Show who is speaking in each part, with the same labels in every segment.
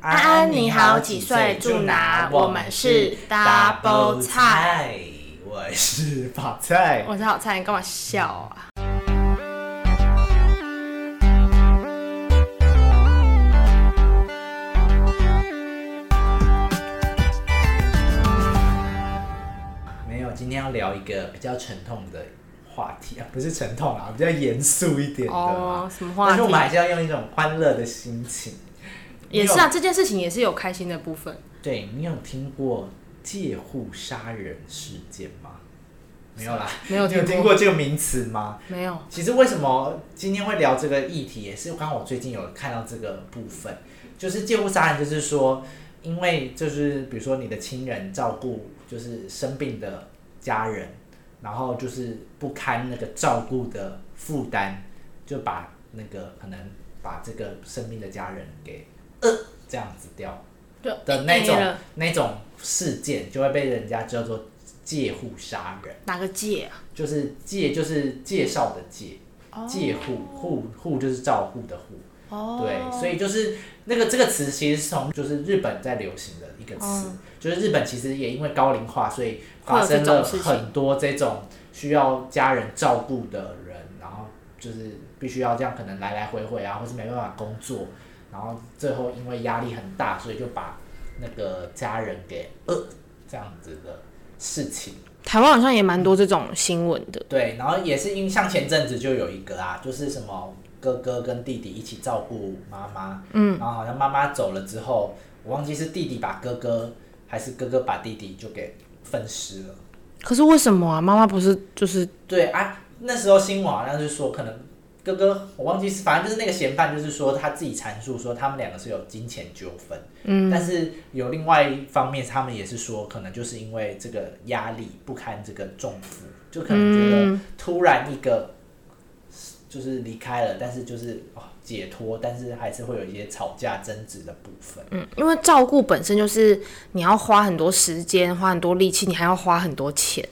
Speaker 1: 安安你好几岁住哪我们是 Double 菜，
Speaker 2: 我是法菜，
Speaker 1: 我是好菜，你干嘛笑啊？
Speaker 2: 没有，今天要聊一个比较沉痛的话题啊，不是沉痛啊，比较严肃一点的
Speaker 1: 哦
Speaker 2: 嘛。，
Speaker 1: 什么
Speaker 2: 但
Speaker 1: 话
Speaker 2: 是我们还
Speaker 1: 题？
Speaker 2: 是要用一种欢乐的心情。
Speaker 1: 也是啊，这件事情也是有开心的部分。
Speaker 2: 对你有听过借户杀人事件吗？没有啦，
Speaker 1: 没有
Speaker 2: 你有
Speaker 1: 听
Speaker 2: 听
Speaker 1: 过
Speaker 2: 过这个名词吗？
Speaker 1: 没有，
Speaker 2: 其实为什么今天会聊这个议题，也是刚好我最近有看到这个部分，就是借物杀人，就是说，因为就是比如说你的亲人照顾就是生病的家人，然后就是不堪那个照顾的负担，就把那个可能把这个生病的家人给呃这样子掉
Speaker 1: 就
Speaker 2: 的那种
Speaker 1: 没了
Speaker 2: 那种事件，就会被人家叫做借户杀人，
Speaker 1: 哪个界啊？
Speaker 2: 就是借就是介绍的借。
Speaker 1: 哦
Speaker 2: 借护护护就是照护的护，
Speaker 1: 哦，
Speaker 2: 对，所以就是那个这个词其实是从就是日本在流行的一个词，就是日本其实也因为高龄化，所以发生
Speaker 1: 嗯会有这
Speaker 2: 了
Speaker 1: 种事情
Speaker 2: 很多这种需要家人照顾的人，然后就是必须要这样，可能来来回回啊，或是没办法工作，然后最后因为压力很大，所以就把那个家人给呃这样子的事情。
Speaker 1: 台湾好像也蛮多这种新闻的。
Speaker 2: 对，然后也是因为像前阵子就有一个啊，就是什么哥哥跟弟弟一起照顾妈妈，嗯，然后好像妈妈走了之后，我忘记是弟弟把哥哥还是哥哥把弟弟就给分尸了。
Speaker 1: 可是为什么啊？妈妈不是就是
Speaker 2: 对啊，那时候新闻好像是说可能。哥哥，我忘记是，反正就是那个嫌犯，就是说他自己阐述说他们两个是有金钱纠纷，嗯，但是有另外一方面，他们也是说，可能就是因为这个压力不堪这个重负，就可能觉得突然一个就是离开了，但是就是、哦、解脱，但是还是会有一些吵架争执的部分。
Speaker 1: 嗯，因为照顾本身就是你要花很多时间，花很多力气，你还要花很多钱。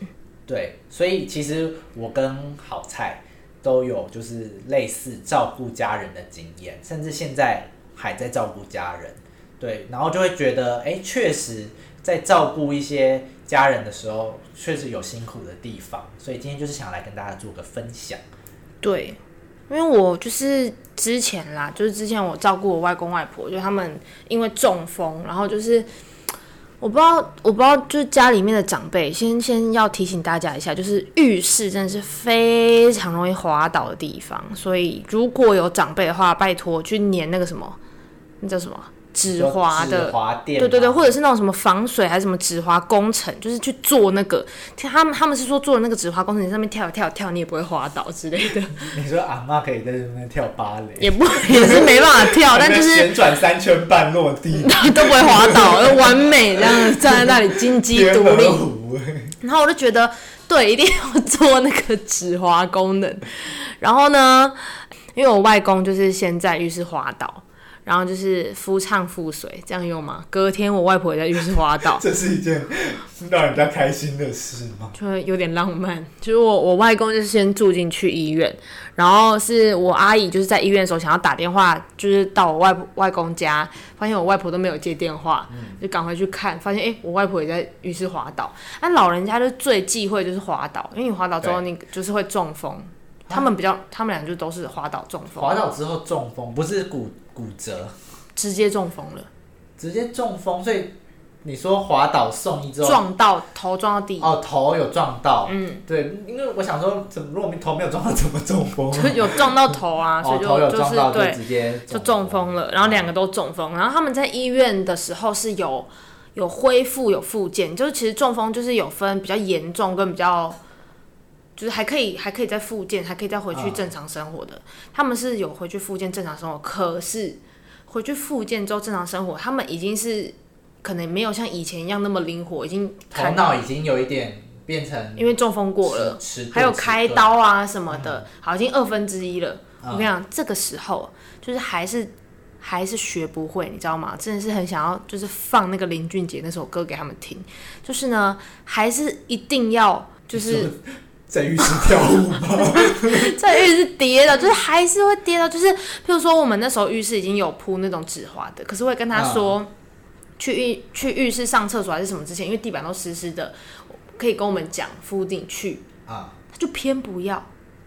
Speaker 2: 对，所以其实我跟好菜都有就是类似照顾家人的经验，甚至现在还在照顾家人。对，然后就会觉得，哎，确实在照顾一些家人的时候，确实有辛苦的地方。所以今天就是想来跟大家做个分享。
Speaker 1: 对，因为我就是之前啦，就是之前我照顾我外公外婆，就他们因为中风，然后就是我不知道，我不知道，就是家里面的长辈，先先要提醒大家一下，就是浴室真的是非常容易滑倒的地方，所以如果有长辈的话，拜托去粘那个什么，那叫什么止滑的
Speaker 2: 纸滑垫，
Speaker 1: 对对对，或者是那种什么防水还是什么止滑工程，就是去做那个，他们他们是说做那个止滑工程，你上面跳一跳跳，你也不会滑倒之类的，
Speaker 2: 你说阿妈可以在这边跳芭蕾，
Speaker 1: 也不 也是没办法跳，但就是
Speaker 2: 旋转三圈半落地，
Speaker 1: 都不会滑倒，就完美这样子站在那里金鸡独立
Speaker 2: 天。鹅湖
Speaker 1: 然后我就觉得，对，一定要做那个止滑功能。然后呢，因为我外公就是先在浴室滑倒，然后就是夫唱妇随，这样用吗？隔天我外婆也在浴室滑倒，
Speaker 2: 这是一件让人家开心的事吗？
Speaker 1: 就会有点浪漫。就是我我外公就是先住进去医院，然后是我阿姨就是在医院的时候想要打电话，就是到我外婆外公家，发现我外婆都没有接电话，
Speaker 2: 嗯
Speaker 1: 就赶快去看，发现哎、诶我外婆也在浴室滑倒。那老人家就最忌讳就是滑倒，因为你滑倒之后
Speaker 2: 对啊
Speaker 1: 你就是会中风。他们比较，他们俩就都是滑倒中风，
Speaker 2: 滑倒之后中风，不是骨骨折，
Speaker 1: 直接中风了，
Speaker 2: 直接中风。所以你说滑倒送医之后，
Speaker 1: 撞到头撞到地，
Speaker 2: 哦头有撞到，
Speaker 1: 嗯，
Speaker 2: 对，因为我想说，怎么如果没头没有撞到，怎么中风？啊
Speaker 1: 就有撞到头啊，所
Speaker 2: 哦
Speaker 1: 以就
Speaker 2: 头有
Speaker 1: 就是
Speaker 2: 撞到
Speaker 1: 对
Speaker 2: 就，直接
Speaker 1: 就中。风了，然后两个都中风，然后他们在医院的时候是有有恢复有复健，就是其实中风就是有分比较严重跟比较，就是还可以还可以再复健，还可以再回去
Speaker 2: 嗯
Speaker 1: 正常生活的，他们是有回去复健正常生活，可是回去复健之后正常生活，他们已经是可能没有像以前一样那么灵活，已经
Speaker 2: 头
Speaker 1: 看
Speaker 2: 脑已经有一点变成
Speaker 1: 因为中风过了，
Speaker 2: 迟，迟钝
Speaker 1: 还有
Speaker 2: 迟钝
Speaker 1: 开刀啊什么的，好，已经二分之一了。
Speaker 2: 嗯
Speaker 1: 我跟你讲，这个时候就是还是还是学不会，你知道吗？真的是很想要，就是放那个林俊杰那首歌给他们听，就是呢，还是一定要就是
Speaker 2: 什在浴室跳舞 吧。
Speaker 1: 在浴室跌倒，就是还是会跌倒，就是譬如说我们那时候浴室已经有铺那种纸滑的，可是会跟他
Speaker 2: 啊
Speaker 1: 说、去浴去浴室上厕所还是什么之前，因为地板都湿湿的，可以跟我们讲附近去，
Speaker 2: 啊，
Speaker 1: 他就偏不要，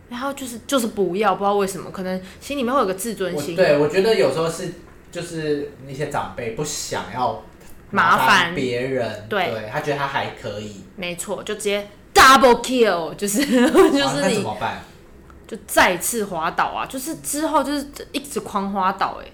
Speaker 1: 然后就是就是不要，不知道为什么，可能心里面会有个自尊
Speaker 2: 我
Speaker 1: 心，
Speaker 2: 对我觉得有时候是就是那些长辈不想要
Speaker 1: 麻
Speaker 2: 烦
Speaker 1: 烦
Speaker 2: 别人，
Speaker 1: 对
Speaker 2: 他觉得他还可以，
Speaker 1: 没错，就直接 double kill，就是 就
Speaker 2: 哇
Speaker 1: 是
Speaker 2: 啊那怎
Speaker 1: 你
Speaker 2: 么办？
Speaker 1: 就再次滑倒啊，就是之后就是一直狂滑倒哎、欸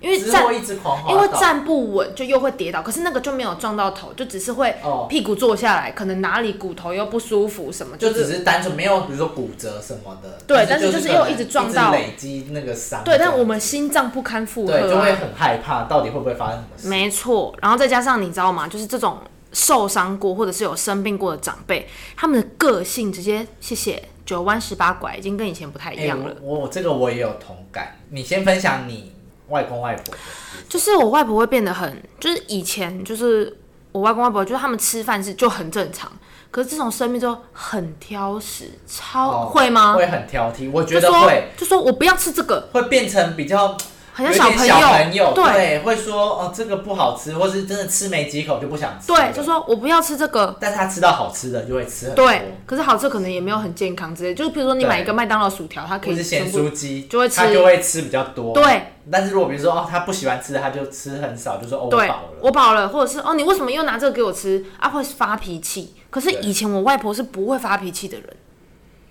Speaker 1: 因 为
Speaker 2: 之
Speaker 1: 站
Speaker 2: 后一直狂
Speaker 1: 因
Speaker 2: 滑
Speaker 1: 为
Speaker 2: 倒，
Speaker 1: 站不稳就又会跌倒，可是那个就没有撞到头，就只是会
Speaker 2: 哦
Speaker 1: 屁股坐下来，可能哪里骨头又不舒服什么，
Speaker 2: 就是只是单纯没有，比如说骨折什么的，
Speaker 1: 对但
Speaker 2: 是
Speaker 1: 是
Speaker 2: 就
Speaker 1: 就是是
Speaker 2: 可能
Speaker 1: 又一直撞到
Speaker 2: 累积那个伤这
Speaker 1: 对。
Speaker 2: 样，
Speaker 1: 但我们心脏不堪负荷、
Speaker 2: 对就会
Speaker 1: 啊，
Speaker 2: 很害怕，到底会不会发生什么事？
Speaker 1: 没错。然后再加上你知道吗？就是这种受伤过或者是有生病过的长辈，他们的个性直接谢谢九弯十八拐，已经跟以前不太一样了。
Speaker 2: 哎我我这个我也有同感。你先分享你外公外婆的事
Speaker 1: 就是我外婆会变得很，就是以前就是我外公外婆，就是他们吃饭是就很正常，可是自从生病之后很挑食，超、
Speaker 2: 哦
Speaker 1: 会吗？
Speaker 2: 会很挑剔，我觉
Speaker 1: 就
Speaker 2: 得
Speaker 1: 说
Speaker 2: 会
Speaker 1: 就说我不要吃这个，
Speaker 2: 会变成比较
Speaker 1: 很像
Speaker 2: 有一点
Speaker 1: 朋
Speaker 2: 小
Speaker 1: 友，
Speaker 2: 朋友
Speaker 1: 对
Speaker 2: 对，会说哦这个不好吃，或是真的吃没几口就不想吃。
Speaker 1: 对，就，说我不要吃这个，
Speaker 2: 但是他吃到好吃的就会吃很多，
Speaker 1: 对，可是好吃可能也没有很健康之类，就是比如说你
Speaker 2: 对
Speaker 1: 买一个麦当劳薯条，它可
Speaker 2: 或是
Speaker 1: 以全
Speaker 2: 咸
Speaker 1: 部
Speaker 2: 酥鸡
Speaker 1: 就会吃
Speaker 2: 他就会吃比较多。，
Speaker 1: 对
Speaker 2: 但是如果比如说哦他不喜欢吃的，他就吃很少，就说哦我
Speaker 1: 对
Speaker 2: 饱，了。
Speaker 1: 我饱了，或者是哦你为什么又拿这个给我吃啊？会发脾气，可是
Speaker 2: 对
Speaker 1: 以前我外婆是不会发脾气的人，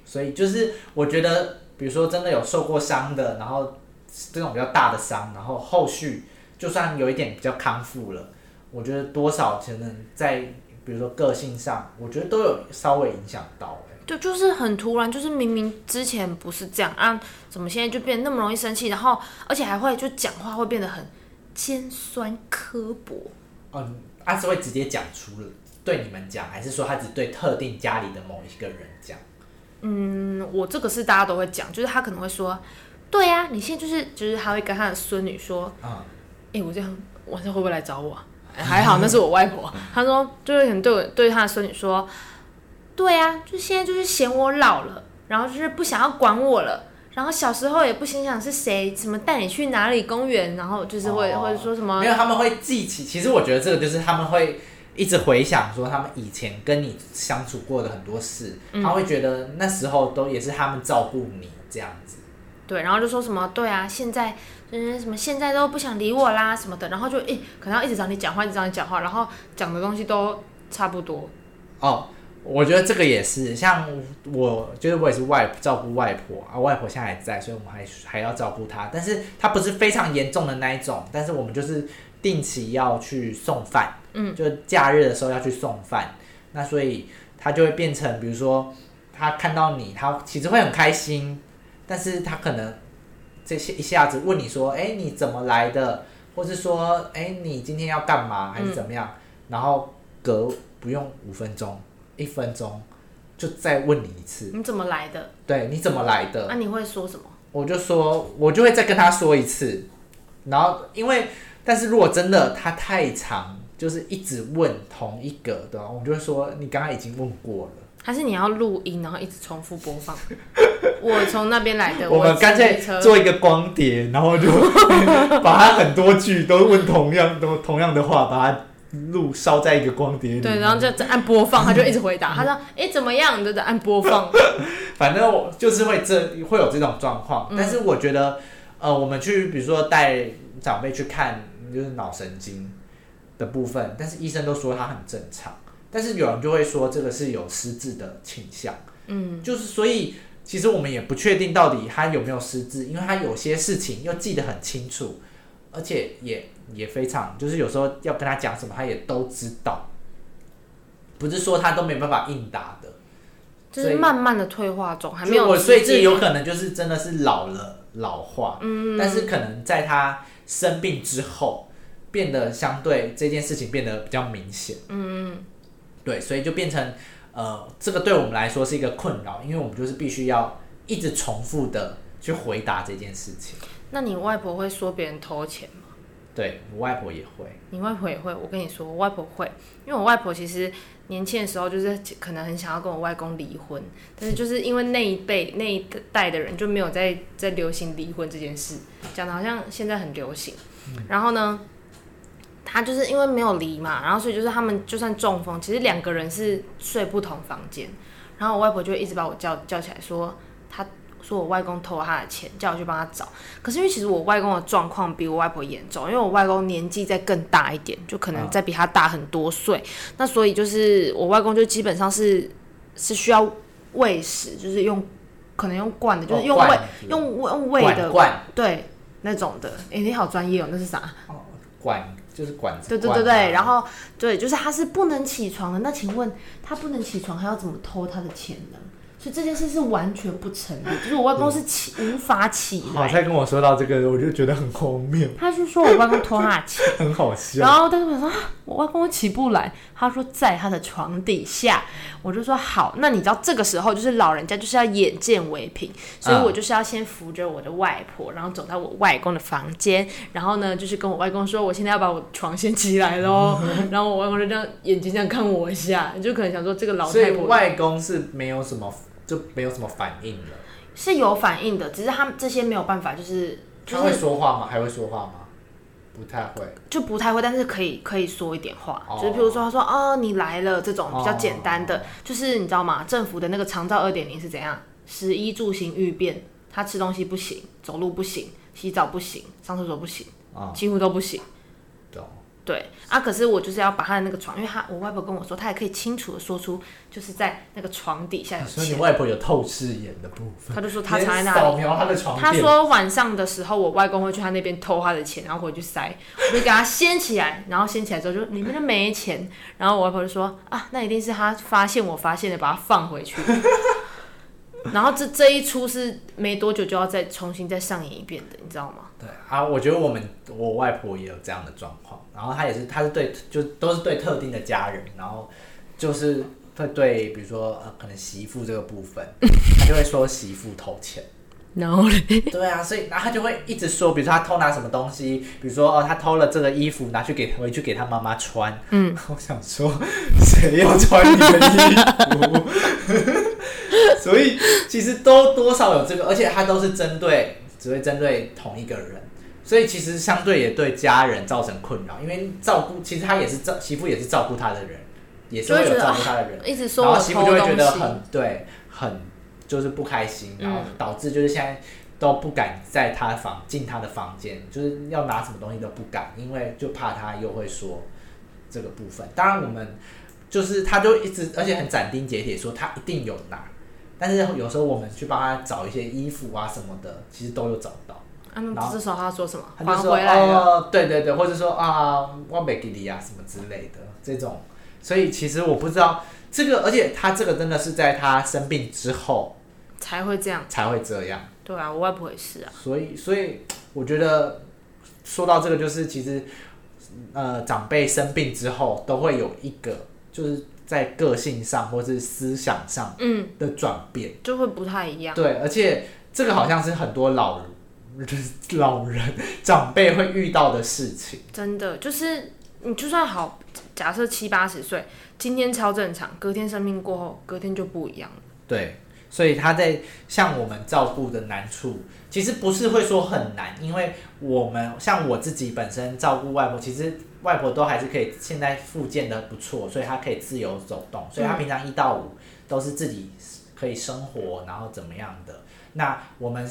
Speaker 2: 所以就是我觉得，比如说真的有受过伤的，然后这种比较大的伤，然后后续就算有一点比较康复了，我觉得多少可能在比如说个性上，我觉得都有稍微影响到、欸。
Speaker 1: 对，就是很突然，就是明明之前不是这样啊，怎么现在就变得那么容易生气，然后而且还会就讲话会变得很尖酸刻薄。
Speaker 2: 哦，你他是会直接讲出了对你们讲，还是说他只对特定家里的某一个人讲？
Speaker 1: 嗯我这个是大家都会讲，就是他可能会说，对呀、你现在就是就是他会跟他的孙女说，
Speaker 2: 嗯，
Speaker 1: 哎、我这样晚上会不会来找我啊、哎还好那是我外 婆，他说就是可能对我对他的孙女说，对呀、就现在就是嫌我老了，然后就是不想要管我了。然后小时候也不想想是谁，什么带你去哪里公园，然后就是会、
Speaker 2: 哦
Speaker 1: 或者说什么
Speaker 2: 没有，他们会记起。其实我觉得这个就是他们会一直回想说他们以前跟你相处过的很多事，他会觉得那时候都也是他们照顾你这样子。
Speaker 1: 对，然后就说什么对啊，现在嗯什么现在都不想理我啦什么的，然后就诶、可能要一直找你讲话，一直找你讲话，然后讲的东西都差不多，
Speaker 2: 哦，我觉得这个也是，像我觉得我也是外照顾外婆啊，外婆现在还在，所以我们还还要照顾她，但是她不是非常严重的那一种，但是我们就是定期要去送饭，嗯，就假日的时候要去送饭，那所以她就会变成，比如说她看到你，她其实会很开心，但是她可能这些一下子问你说，哎，你怎么来的？或是说，哎，你今天要干嘛，还是怎么样？然后隔不用五分钟，一分钟就再问你一次，
Speaker 1: 你怎么来的？
Speaker 2: 对，你怎么来的？
Speaker 1: 那、你会说什么？
Speaker 2: 我就说，我就会再跟他说一次。然后，因为，但是如果真的他太长，就是一直问同一个的话，我就会说你刚刚已经问过了。
Speaker 1: 还是你要录音，然后一直重复播 放？我从那边来的，
Speaker 2: 我们
Speaker 1: 骑
Speaker 2: 干脆
Speaker 1: 车
Speaker 2: 做一个光碟，然后 就把他很多句都问同样都同样的话，把它录烧在一个光碟里。
Speaker 1: 对，然后就按播放，他就一直回
Speaker 2: 嗯
Speaker 1: 答，他说诶、怎么样？你就得按 播放，
Speaker 2: 反正我就是会这会有这种状况，但是我觉得，呃，我们去比如说带长辈去看就是脑神经的部分，但是医生都说它很正常，但是有人就会说这个是有失智的倾向，嗯，就是所以其实我们也不确定到底他有没有失智，因为他有些事情又记得很清楚，而且也也非常就是有时候要跟他讲什么，他也都知道，不是说他都没办法应答的。
Speaker 1: 就
Speaker 2: 所以
Speaker 1: 是慢慢的退化中，还没
Speaker 2: 就
Speaker 1: 有
Speaker 2: 我
Speaker 1: 实
Speaker 2: 所以这
Speaker 1: 际
Speaker 2: 有可能就是真的是老了老化，
Speaker 1: 嗯
Speaker 2: 但是可能在他生病之后，变得相对这件事情变得比较明显，嗯，对，所以就变成呃，这个对我们来说是一个困扰，因为我们就是必须要一直重复的去回答这件事情。
Speaker 1: 那你外婆会说别人偷钱吗？
Speaker 2: 对我外婆也会，
Speaker 1: 你外婆也会，我跟你说，我外婆会，因为我外婆其实年轻的时候就是可能很想要跟我外公离婚，但是就是因为那一辈那一代的人就没有在在流行离婚这件事，讲的好像现在很流行。然后呢，他就是因为没有离嘛，然后所以就是他们就算中风，其实两个人是睡不同房间。然后我外婆就一直把我叫叫起来说，她说我外公偷她的钱，叫我去帮她找。可是因为其实我外公的状况比我外婆严重，因为我外公年纪再更大一点，就可能再比他大很多岁。那所以就是我外公就基本上是是需要喂食，就是用可能用灌的，就是用
Speaker 2: 哦
Speaker 1: 喂、
Speaker 2: 罐子
Speaker 1: 用喂用喂的，
Speaker 2: 管管
Speaker 1: 对那种的。哎、你好专业哦，那是啥？
Speaker 2: 哦管就是管子
Speaker 1: 对对
Speaker 2: 罐
Speaker 1: 对
Speaker 2: 啊
Speaker 1: 对，然后对，就是他是不能起床的。那请问他不能起床，还要怎么偷他的钱呢？所以这件事是完全不成立，就是我外公是起无法起
Speaker 2: 好
Speaker 1: 来。
Speaker 2: 在跟我说到这个，我就觉得很荒谬，
Speaker 1: 他是说我外公偷他的钱，
Speaker 2: 很好
Speaker 1: 然
Speaker 2: 笑。
Speaker 1: 后但是我说啊我外公起不来，他说在他的床底下，我就说好，那你知道这个时候就是老人家就是要眼见为凭，所以
Speaker 2: 嗯
Speaker 1: 我就是要先扶着我的外婆，然后走到我外公的房间，然后呢就是跟我外公说，我现在要把我床掀起来喽，
Speaker 2: 嗯
Speaker 1: 然后我外公就这样眼睛这样看我一下，你就可能想说这个老
Speaker 2: 所
Speaker 1: 太
Speaker 2: 以
Speaker 1: 婆
Speaker 2: 外公是没有什么就没有什么反应了。
Speaker 1: 是有反应的，只是他们这些没有办法，就是就
Speaker 2: 他会
Speaker 1: 是
Speaker 2: 说话吗？还会说话吗？不太会。
Speaker 1: 就不太会，但是可以可以说一点话，
Speaker 2: 哦
Speaker 1: 就是譬如说他说哦你来了这种比较简单的，
Speaker 2: 哦
Speaker 1: 就是你知道吗？政府的那个长照二点零是怎样？食衣住行欲变，他吃东西不行，走路不行，洗澡不行，上厕所不行，
Speaker 2: 啊、
Speaker 1: 几乎都不行。
Speaker 2: 懂。
Speaker 1: 对啊，可是我就是要把他的那个床，因为他我外婆跟我说，她也可以清楚的说出，就是在那个床底下有
Speaker 2: 哎所以你
Speaker 1: 钱，
Speaker 2: 外婆有透视眼的部分。
Speaker 1: 她就说她
Speaker 2: 你
Speaker 1: 藏在那里。
Speaker 2: 扫描他的床
Speaker 1: 他
Speaker 2: 垫。
Speaker 1: 说晚上的时候，我外公会去他那边偷他的钱，然后回去塞。我就给他掀起来，然后掀起来之后就里面就没钱。然后我外婆就说啊，那一定是他发现我发现的，把它放回去。 然后这这一出是没多久就要再重新再上演一遍的，你知道吗？
Speaker 2: 对啊，我觉得我们我外婆也有这样的状况，然后她也是，她是对就都是对特定的家人，然后就是会对比如说呃可能媳妇这个部分，她就会说媳妇偷钱。
Speaker 1: 然后嘞，
Speaker 2: 对啊，所以然后他就会一直说，比如说哦他偷拿什么东西，比如说哦，他偷了这个衣服，拿去给回去给他妈妈穿。嗯， 我想说，谁要穿你的衣服？ 所以其实都多少有这个，而且他都是针对，只会针对同一个人。所以其实相对也对家人造成困扰，因为照顾其实他也是照媳妇也是照顾他的人，也是会
Speaker 1: 就会
Speaker 2: 有
Speaker 1: 觉得
Speaker 2: 照顾他的人，
Speaker 1: 一直说
Speaker 2: 然
Speaker 1: 我
Speaker 2: 后媳妇
Speaker 1: 偷
Speaker 2: 就会觉
Speaker 1: 东
Speaker 2: 得
Speaker 1: 西，
Speaker 2: 很对，很就是不开心，
Speaker 1: 嗯
Speaker 2: 然后导致就是现在都不敢在他房进他的房间，就是要拿什么东西都不敢，因为就怕他又会说这个部分。当然我们就是他就一直而且很斩钉截铁说他一定有拿，但是有时候我们去帮他找一些衣服啊什么的，其实都有找到。
Speaker 1: 啊，那
Speaker 2: 然后
Speaker 1: 这时候他说什么？
Speaker 2: 他
Speaker 1: 还
Speaker 2: 就说
Speaker 1: 回来了。
Speaker 2: 哦，对对对，或者说啊，我没给你啊什么之类的这种，所以其实我不知道这个，而且他这个真的是在他生病之后
Speaker 1: 才会这样，
Speaker 2: 才会这样，
Speaker 1: 对啊，我外婆也是啊，
Speaker 2: 所以所以我觉得说到这个，就是其实呃长辈生病之后都会有一个就是在个性上或是思想上
Speaker 1: 嗯，
Speaker 2: 的转变，
Speaker 1: 就会不太一样，
Speaker 2: 对，而且这个好像是很多老人。老人长辈会遇到的事情。
Speaker 1: 真的就是你就算好，假设七八十岁，今天超正常，隔天生病过后，隔天就不一样了。
Speaker 2: 对，所以他在像我们照顾的难处，其实不是会说很难，因为我们像我自己本身照顾外婆，其实外婆都还是可以，现在复健的不错，所以她可以自由走动，所以她平常一到五都是自己可以生活，然后怎么样的。那我们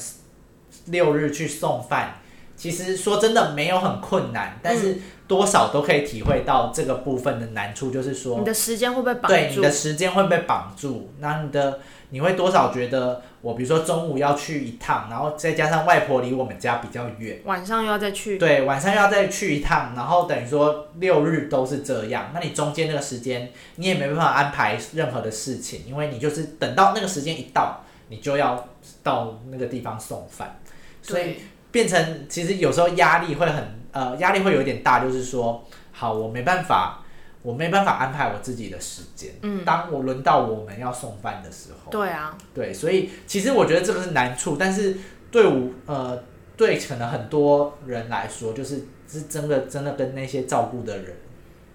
Speaker 2: 六日去送饭。其实说真的没有很困难，但是多少都可以体会到这个部分的难处，就是说
Speaker 1: 你的时间会被绑
Speaker 2: 对，你
Speaker 1: 住
Speaker 2: 的，时间会被绑住，那你的你会多少觉得我，比如说中午要去一趟，然后再加上外婆离我们家比较远，
Speaker 1: 晚上又要再去，
Speaker 2: 对，晚上又要再去一趟，然后等于说六日都是这样，那你中间那个时间你也没办法安排任何的事情，因为你就是等到那个时间一到，你就要到那个地方送饭，所以
Speaker 1: 对，
Speaker 2: 变成其实有时候压力会很呃，压力会有一点大，就是说，好，我没办法，我没办法安排我自己的时间。嗯，当我轮到我们要送饭的时候，
Speaker 1: 对啊，
Speaker 2: 对，所以其实我觉得这个是难处，但是对我呃对可能很多人来说，就是是真的真的跟那些照顾的人，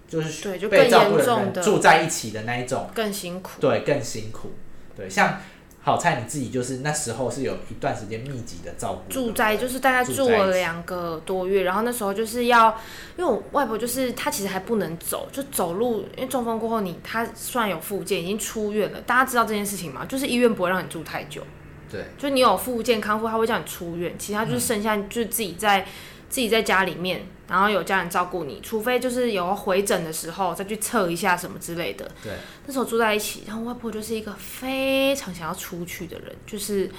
Speaker 2: 就是
Speaker 1: 对就
Speaker 2: 被
Speaker 1: 更
Speaker 2: 照顾
Speaker 1: 严
Speaker 2: 的
Speaker 1: 重
Speaker 2: 人
Speaker 1: 的
Speaker 2: 住在一起的那一种，
Speaker 1: 更辛苦。
Speaker 2: 对，更辛苦。对，像好菜你自己就是那时候是有一段时间密集的照顾，
Speaker 1: 住在就是大概住了两个多月，然后那时候就是要，因为我外婆就是她其实还不能走，就走路，因为中风过后你她算有复健，已经出院了。大家知道这件事情吗？就是医院不会让你住太久，
Speaker 2: 对
Speaker 1: 就你有复健康复，他会叫你出院，其他就是剩下就是自己在、自己在家里面，然后有家人照顾你，除非就是有回诊的时候再去测一下什么之类的。
Speaker 2: 对，
Speaker 1: 那时候住在一起，然后我外婆就是一个非常想要出去的人，就是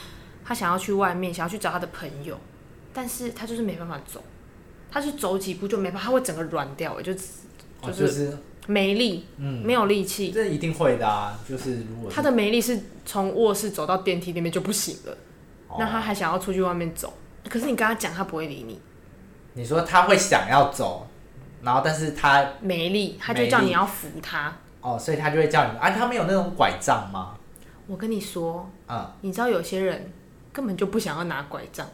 Speaker 1: 她想要去外面，想要去找她的朋友，但是她就是没办法走，她去走几步就没办法，她会整个软掉，就
Speaker 2: 哦
Speaker 1: 就是
Speaker 2: 就是
Speaker 1: 没力，
Speaker 2: 嗯，
Speaker 1: 没有力气。
Speaker 2: 这一定会的啊，就是如果是
Speaker 1: 她的没力是从卧室走到电梯那边就不行了，
Speaker 2: 哦
Speaker 1: 那她还想要出去外面走，可是你跟她讲，她不会理你，
Speaker 2: 你说他会想要走，然后但是他
Speaker 1: 没力，她就
Speaker 2: 没
Speaker 1: 叫
Speaker 2: 力
Speaker 1: 你要扶她。
Speaker 2: 哦，所以他就会叫你们啊，他们有那种拐杖吗？
Speaker 1: 我跟你说，
Speaker 2: 嗯，
Speaker 1: 你知道有些人根本就不想要拿拐杖。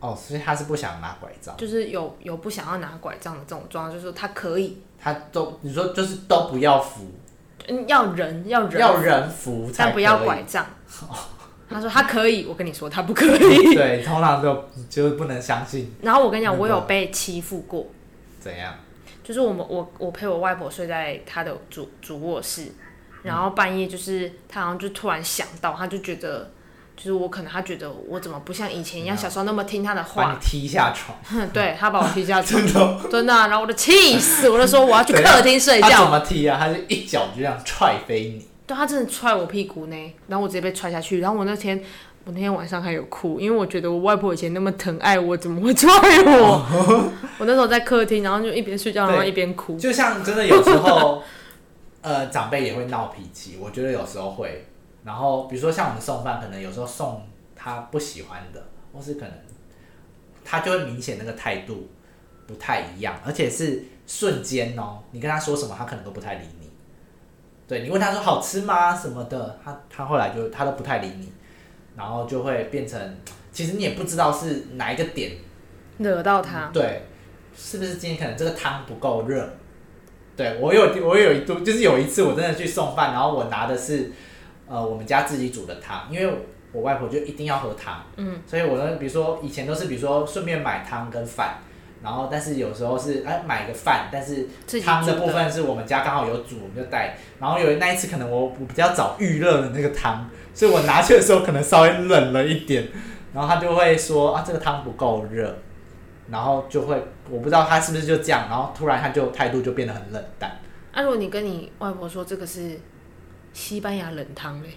Speaker 2: 哦，所以他是不想拿拐杖，
Speaker 1: 就是有有不想要拿拐杖的这种状况，就是说他可以，
Speaker 2: 他都你说就是都不要扶，
Speaker 1: 嗯，要人要人，
Speaker 2: 要人扶才
Speaker 1: 但不要
Speaker 2: 可以
Speaker 1: 拐。杖。他说他可以，我跟你说他不可以。
Speaker 2: 对，通常就就是不能相信
Speaker 1: 然后 我跟你讲，
Speaker 2: 那个
Speaker 1: 我有被欺负过，
Speaker 2: 怎样，
Speaker 1: 就是我们我我陪我外婆睡在她的主主卧室，然后半夜就是她好像就突然想到，她就觉得。就是我可能她觉得我怎么不像以前一样
Speaker 2: 嗯
Speaker 1: 小时候那么听她的
Speaker 2: 把你
Speaker 1: 话，
Speaker 2: 踢下床，
Speaker 1: 哼，对她把我踢下去，
Speaker 2: 真的哦。
Speaker 1: 真的啊、然后我就气死，我就说我要去
Speaker 2: 怎样
Speaker 1: 客厅睡
Speaker 2: 他
Speaker 1: 觉
Speaker 2: 怎。么踢啊？他就一脚就这样踹飞你。
Speaker 1: 对他真的踹我屁股呢，然后我直接被踹下去。然后我那天，我那天晚上还有哭，因为我觉得我外婆以前那么疼爱我，怎么会踹我？ 我那时候在客厅，然后就一边睡觉，
Speaker 2: 哦对
Speaker 1: 然后一边哭。
Speaker 2: 就像真的有时候， 呃，长辈也会闹脾气，我觉得有时候会。然后比如说像我们送饭，可能有时候送他不喜欢的，或是可能他就会明显那个态度不太一样，而且是瞬间哦，你跟他说什么，他可能都不太理你。对你问他说好吃吗什么的，他他后来就他都不太理你，然后就会变成，其实你也不知道是哪一个点
Speaker 1: 惹到他，
Speaker 2: 对，是不是今天可能这个汤不够热？对我有我有一度就是有一次我真的去送饭，然后我拿的是呃我们家自己煮的汤，因为我外婆就一定要喝汤，
Speaker 1: 嗯，
Speaker 2: 所以我呢比如说以前都是比如说顺便买汤跟饭，然后但是有时候是哎买个饭，但是
Speaker 1: 自己
Speaker 2: 汤
Speaker 1: 煮
Speaker 2: 的部分是我们家刚好有煮，我们就带。然后有那一次可能我我比较早预热的那个汤，所以我拿去的时候可能稍微冷了一点，然后他就会说啊这个汤不够热，然后就会我不知道他是不是就这样，然后突然他就态度就变得很冷淡，
Speaker 1: 啊，如果你跟你外婆说这个是西班牙冷汤嘞，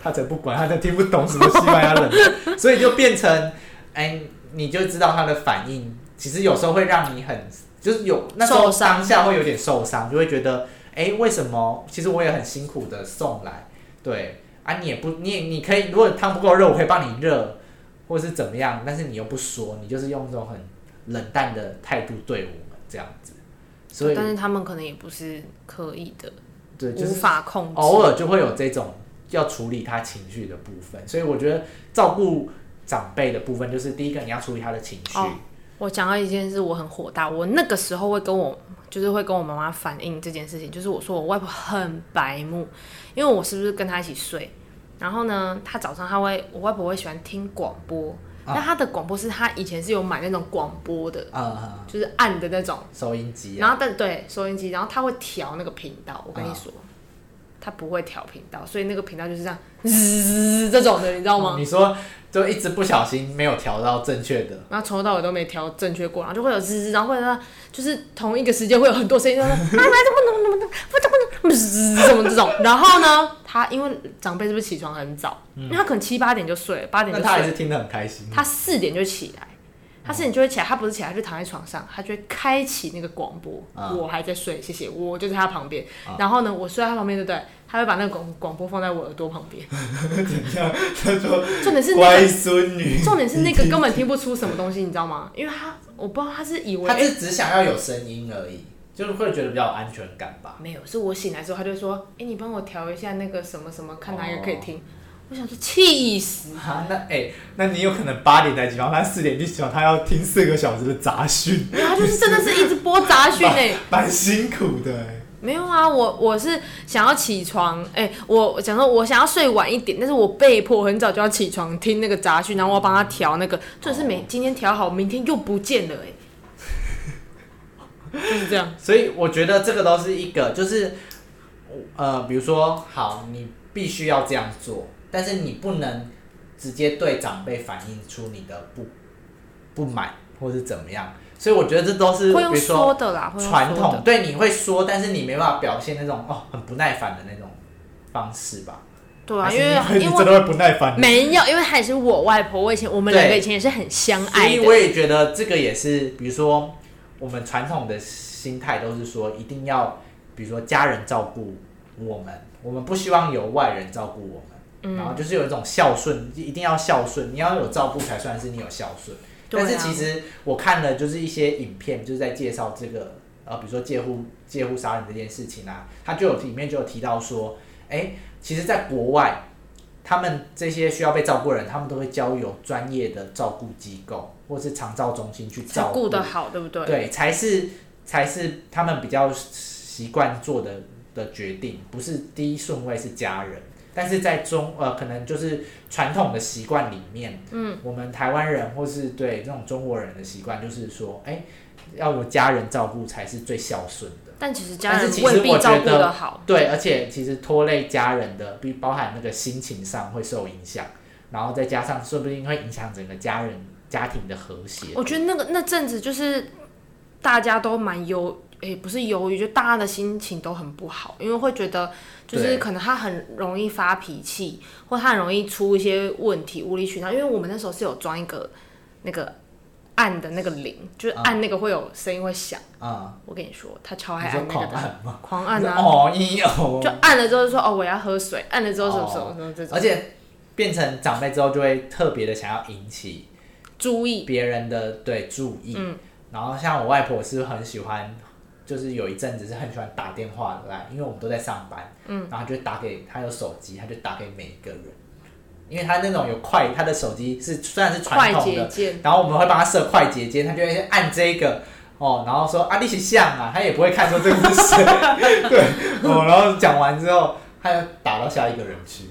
Speaker 2: 他才不管，他才听不懂什么西班牙冷淡，所以就变成哎你就知道他的反应，其实有时候会让你很就是有那时候
Speaker 1: 受伤
Speaker 2: 当下会有点受伤，就会觉得哎、为什么？其实我也很辛苦的送来，对啊，你也不，你也你可以，如果汤不够热，我可以帮你热，或者是怎么样，但是你又不说，你就是用这种很冷淡的态度对我们这样子，所以
Speaker 1: 但是他们可能也不是刻意的，
Speaker 2: 对，就
Speaker 1: 无
Speaker 2: 是
Speaker 1: 法控制。
Speaker 2: 偶尔就会有这种要处理他情绪的部分，所以我觉得照顾长辈的部分，就是第一个你要处理他的情绪，
Speaker 1: 哦我讲到一件事，我很火大。我那个时候会跟我，就是会跟我妈妈反映这件事情，就是我说我外婆很白目，因为我是不是跟她一起睡？然后呢，她早上她会，我外婆会喜欢听广播，
Speaker 2: 啊
Speaker 1: 但她的广播是她以前是有买那种广播的，
Speaker 2: 呃，
Speaker 1: 就是暗的那种，
Speaker 2: 收音机
Speaker 1: 然
Speaker 2: 啊，
Speaker 1: 后但对收音机，然后她会调那个频道。我跟你说，她不会调频道，所以那个频道就是这样滋这种的，你知道吗？
Speaker 2: 你说就一直不小心没有调到正确的，
Speaker 1: 然后从头到尾都没调正确过，然后就会有滋滋，然后会有就是同一个时间会有很多声音，就说啊，怎么怎么怎么怎么滋怎么这种。然后呢，他因为长辈是不是起床很早，因为他可能七八点就睡了，八点
Speaker 2: 嗯那
Speaker 1: 就
Speaker 2: 他
Speaker 1: 睡
Speaker 2: 还
Speaker 1: 了，
Speaker 2: 是听得很开 心。
Speaker 1: 他四点就起来，他四点就会起来，他不是起来，他就躺在床上，他就会开启那个广播，
Speaker 2: 啊
Speaker 1: 我还在睡，谢谢，我就在他旁边。然后呢，我睡在他旁边，对不对？他会把那个广广播放在我耳朵旁 边，
Speaker 2: 他说
Speaker 1: 重点是那个
Speaker 2: 乖孙女，
Speaker 1: 重点是那个根本听不出什么东西，你知道吗？因为他我不知道他是以为
Speaker 2: 他是只想要有声音而已，就是会觉得比较有安全感吧。哦
Speaker 1: 没有，是我醒来之后，他就说：“哎、你帮我调一下那个什么什么，看哪一个可以听。我想说气死，
Speaker 2: 啊，那哎、那你有可能八点才起床，他四点就起床，他要听四个小时的杂讯，
Speaker 1: 没有，他就是真的是一直播 杂讯哎、
Speaker 2: 蛮辛苦的、哎
Speaker 1: 没有啊，我我是想要起床，哎、我我想说，我想要睡晚一点，但是我被迫很早就要起床听那个杂讯，然后我要帮他调那个，这是
Speaker 2: 哦
Speaker 1: 每今天调好，明天又不见了、 哎，就是这样。
Speaker 2: 所以我觉得这个都是一个，就是呃，比如说，好，你必须要这样做，但是你不能直接对长辈反映出你的不不满或是怎么样。所以我觉得这都是
Speaker 1: 会
Speaker 2: 比如
Speaker 1: 用说
Speaker 2: 说
Speaker 1: 的啦，会用
Speaker 2: 传
Speaker 1: 说
Speaker 2: 统
Speaker 1: 的。
Speaker 2: 对你会说，但是你没办法表现那种哦很不耐烦的那种方式吧？
Speaker 1: 对啊，
Speaker 2: 还是
Speaker 1: 因为
Speaker 2: 你
Speaker 1: 因
Speaker 2: 真
Speaker 1: 为
Speaker 2: 的会不耐烦。
Speaker 1: 没有，因为还是我外婆，我以前我们两个
Speaker 2: 对
Speaker 1: 以前也是很相
Speaker 2: 所
Speaker 1: 爱
Speaker 2: 以我
Speaker 1: 的，
Speaker 2: 也觉得这个也是，比如说我们传统的心态都是说一定要，比如说家人照顾我们，我们不希望有外人照顾我们，
Speaker 1: 嗯
Speaker 2: 然后就是有一种孝顺，一定要孝顺，你要有照顾才算是你有孝顺。
Speaker 1: 对啊
Speaker 2: 但是其实我看了就是一些影片，就是在介绍这个呃，比如说介护介护杀人这件事情啊，他就有里面就有提到说，哎、其实，在国外，他们这些需要被照顾的人，他们都会交由专业的照顾机构或是长照中心去
Speaker 1: 才
Speaker 2: 照
Speaker 1: 顾得好，对不对？
Speaker 2: 对，才是才是他们比较习惯做的的决定，不是第一顺位是家人。但是在中呃，可能就是传统的习惯里面，嗯，我们台湾人或是对这种中国人的习惯，就是说，哎、要有家人照顾才是最孝顺的。
Speaker 1: 但其实家
Speaker 2: 但是
Speaker 1: 人
Speaker 2: 其实
Speaker 1: 未必
Speaker 2: 我
Speaker 1: 照
Speaker 2: 觉
Speaker 1: 顾
Speaker 2: 得
Speaker 1: 得好，
Speaker 2: 对，而且其实拖累家人的，比包含那个心情上会受影响，然后再加上说不定会影响整个家人家庭的和谐。
Speaker 1: 我觉得那个那阵子就是大家都蛮忧，诶、不是忧郁，就大家的心情都很不好，因为会觉得就是
Speaker 2: 对
Speaker 1: 可能他很容易发脾气，或他很容易出一些问题，无理取闹。因为我们那时候是有装一个那个按的那个铃，就是按那个会有声音会响。
Speaker 2: 啊、
Speaker 1: 我跟你说，他超
Speaker 2: 嗯，
Speaker 1: 爱
Speaker 2: 你说
Speaker 1: 按那个
Speaker 2: 狂
Speaker 1: 的，
Speaker 2: 按吗？
Speaker 1: 狂按啊！
Speaker 2: 哦一哦，
Speaker 1: 就按了之后就说哦，我要喝水。按了之后什么什么什么这种，
Speaker 2: 而且变成长辈之后，就会特别的想要引起
Speaker 1: 注意
Speaker 2: 别人的对注意。
Speaker 1: 嗯
Speaker 2: 然后像我外婆是很喜欢，就是有一阵子是很喜欢打电话来，因为我们都在上班，嗯，然后就打给她有手机，她就打给每一个人，因为她那种有快，她的手机是虽然是传
Speaker 1: 快
Speaker 2: 统
Speaker 1: 捷
Speaker 2: 的，
Speaker 1: 键。
Speaker 2: 然后我们会帮她设快捷键，她就会先按这个。哦，然后说啊，你是像啊，她也不会看说这个是谁，对，哦，然后讲完之后，她又打到下一个人去，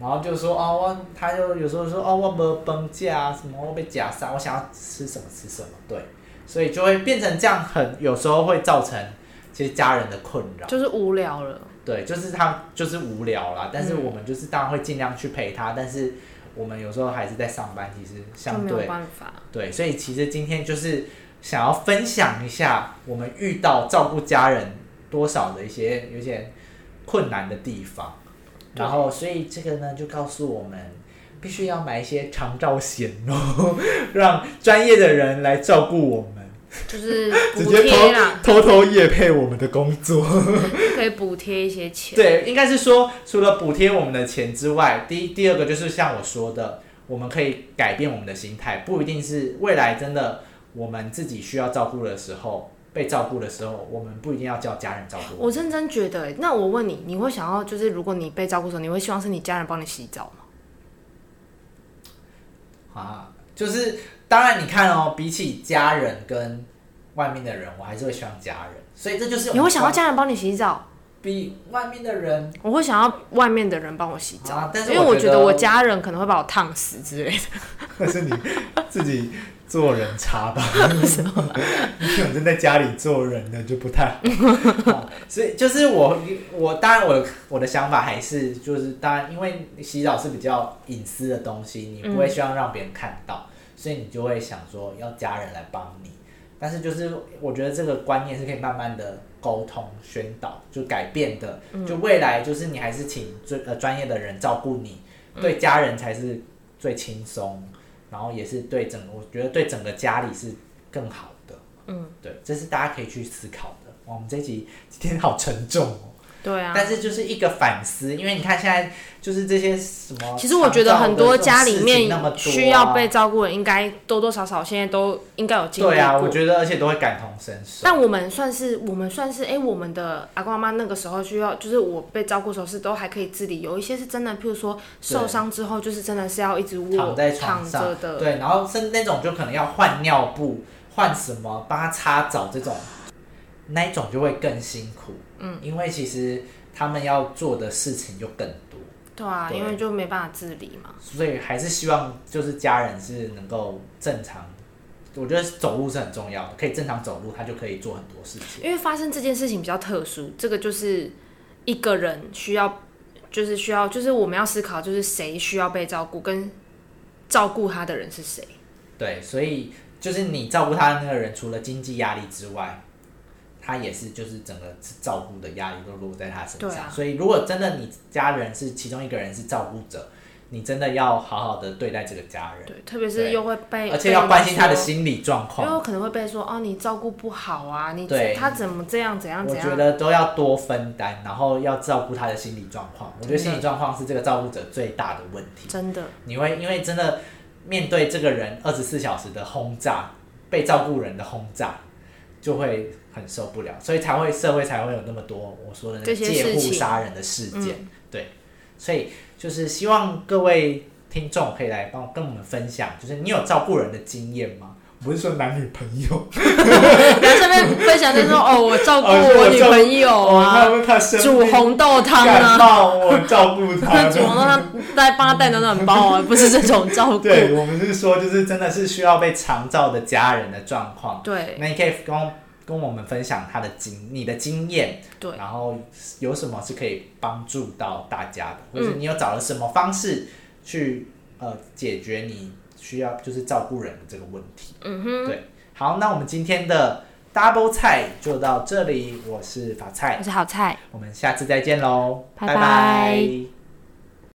Speaker 2: 然后就说哦，我他就有时候说哦，我没崩假啊，什么我被假杀，我想要吃什么吃什么，对，所以就会变成这样很，有时候会造成其实家人的困扰，
Speaker 1: 就是无聊了，
Speaker 2: 对，就是他就是无聊啦，但是我们就是当然会尽量去陪他，但是我们有时候还是在上班，其实
Speaker 1: 就
Speaker 2: 相
Speaker 1: 没有
Speaker 2: 对
Speaker 1: 办法。
Speaker 2: 对，所以其实今天就是想要分享一下我们遇到照顾家人多少的一些有一些困难的地方，
Speaker 1: 对
Speaker 2: 然后所以这个呢就告诉我们。必须要买一些长照险哦， 让专业的人来照顾我们，
Speaker 1: 就是
Speaker 2: 直
Speaker 1: 补
Speaker 2: 接
Speaker 1: 贴啦，
Speaker 2: 偷偷偷夜配我们的工作。
Speaker 1: 可以补贴一些钱。
Speaker 2: 对，应该是说除了补贴我们的钱之外，第一第二个就是像我说的，我们可以改变我们的心态，不一定是未来真的我们自己需要照顾的时候，被照顾的时候，我们不一定要叫家人照顾。
Speaker 1: 我认真觉得欸、那我问你，你会想要就是如果你被照顾的时候，你会希望是你家人帮你洗澡吗？
Speaker 2: 啊，就是当然你看哦，比起家人跟外面的人，我还是会希望家人，所以这就是我
Speaker 1: 你
Speaker 2: 们
Speaker 1: 会想要
Speaker 2: 关
Speaker 1: 家人帮你洗澡？
Speaker 2: 比外面的人
Speaker 1: 我会想要外面的人帮我洗澡，
Speaker 2: 啊但是
Speaker 1: 因为
Speaker 2: 我
Speaker 1: 我
Speaker 2: 觉
Speaker 1: 觉得
Speaker 2: 得
Speaker 1: 我家人可能会把我烫死之 类的。
Speaker 2: 那是你自己做人差吧？ 你可能在家里做人的就不太好。哦所以就是我我当然我我的想法还是就是当然，因为洗澡是比较隐私的东西，你不会希望让别人看到，所以你就会想说要家人来帮你。但是就是我觉得这个观念是可以慢慢的沟通宣导，就改变的。就未来就是你还是请专呃专业的人照顾你，对家人才是最轻松，然后也是对整个我觉得对整个家里是更好的。嗯，对，这是大家可以去思考的。哇，我们这一集今天好沉重哦，
Speaker 1: 对啊。
Speaker 2: 但是就是一个反思，因为你看现在就是这些什么，
Speaker 1: 其实我觉得很多家里面
Speaker 2: 那么多啊
Speaker 1: 需要被照顾的，应该多多少少现在都应该有经历过。
Speaker 2: 对啊，我觉得而且都会感同身受。
Speaker 1: 但我们算是我们算是哎、诶我们的阿公阿妈那个时候需要，就是我被照顾的时候是都还可以自理，有一些是真的，譬如说受伤之后，就是真的是要一直卧
Speaker 2: 躺在床上
Speaker 1: 躺着的，
Speaker 2: 对，然后是那种就可能要换尿布、换什么、帮他擦澡这种，那一种就会更辛苦。嗯，因为其实他们要做的事情就更多，
Speaker 1: 对啊，
Speaker 2: 对
Speaker 1: 因为就没办法自理嘛。
Speaker 2: 所以还是希望就是家人是能够正常。我觉得走路是很重要的，可以正常走路，他就可以做很多事情。
Speaker 1: 因为发生这件事情比较特殊，这个就是一个人需要，就是需要，就是我们要思考，就是谁需要被照顾，跟照顾他的人是谁。
Speaker 2: 对，所以就是你照顾他的那个人，除了经济压力之外，他也是就是整个照顾的压力都落在他身
Speaker 1: 对
Speaker 2: 上。
Speaker 1: 啊
Speaker 2: 所以如果真的你家人是其中一个人是照顾者，你真的要好好的对待这个家人，
Speaker 1: 对，特别是
Speaker 2: 对
Speaker 1: 又会被，
Speaker 2: 而且要关心他的
Speaker 1: 被人
Speaker 2: 心理状
Speaker 1: 说，因为
Speaker 2: 况。
Speaker 1: 我可能会被说哦，你照顾不好啊，你
Speaker 2: 对
Speaker 1: 他怎么这样怎样
Speaker 2: 我
Speaker 1: 怎
Speaker 2: 觉
Speaker 1: 样。
Speaker 2: 得都要多分担，然后要照顾他的心理状况。我觉得心理状况是这个照顾者最大的问题。
Speaker 1: 真的，
Speaker 2: 你会因为真的面对这个人二十四小时的轰炸，被照顾人的轰炸，就会很受不了，所以才会社会才会有那么多我说的那
Speaker 1: 这些
Speaker 2: 介
Speaker 1: 事
Speaker 2: 护
Speaker 1: 情嗯
Speaker 2: 杀人的事件。对，所以就是希望各位听众可以来帮跟我们分享，就是你有照顾人的经验吗？不是说男女朋友，
Speaker 1: 然后这边分享在说哦，我照顾
Speaker 2: 哦是我
Speaker 1: 我女
Speaker 2: 照顾
Speaker 1: 朋友
Speaker 2: 他
Speaker 1: 啊，
Speaker 2: 会他生
Speaker 1: 煮
Speaker 2: 病
Speaker 1: 红豆 汤
Speaker 2: 感
Speaker 1: 啊，
Speaker 2: 冒，我照顾 他，
Speaker 1: 煮红豆汤带帮他带暖暖包啊，不是这种照顾。
Speaker 2: 对，我们是说，就是真的是需要被常照的家人的状况。
Speaker 1: 对
Speaker 2: 那你可以跟跟我们分享他的经你的经验，
Speaker 1: 对
Speaker 2: 然后有什么是可以帮助到大家的，或
Speaker 1: 嗯
Speaker 2: 者你有找了什么方式去呃解决你需要就是照顾人的这个问题。
Speaker 1: 嗯哼，
Speaker 2: 对，好，那我们今天的 double 菜就到这里，我是法菜
Speaker 1: 我，是好菜。
Speaker 2: 我们下次再见喽，
Speaker 1: 拜
Speaker 2: 拜
Speaker 1: 拜
Speaker 2: 拜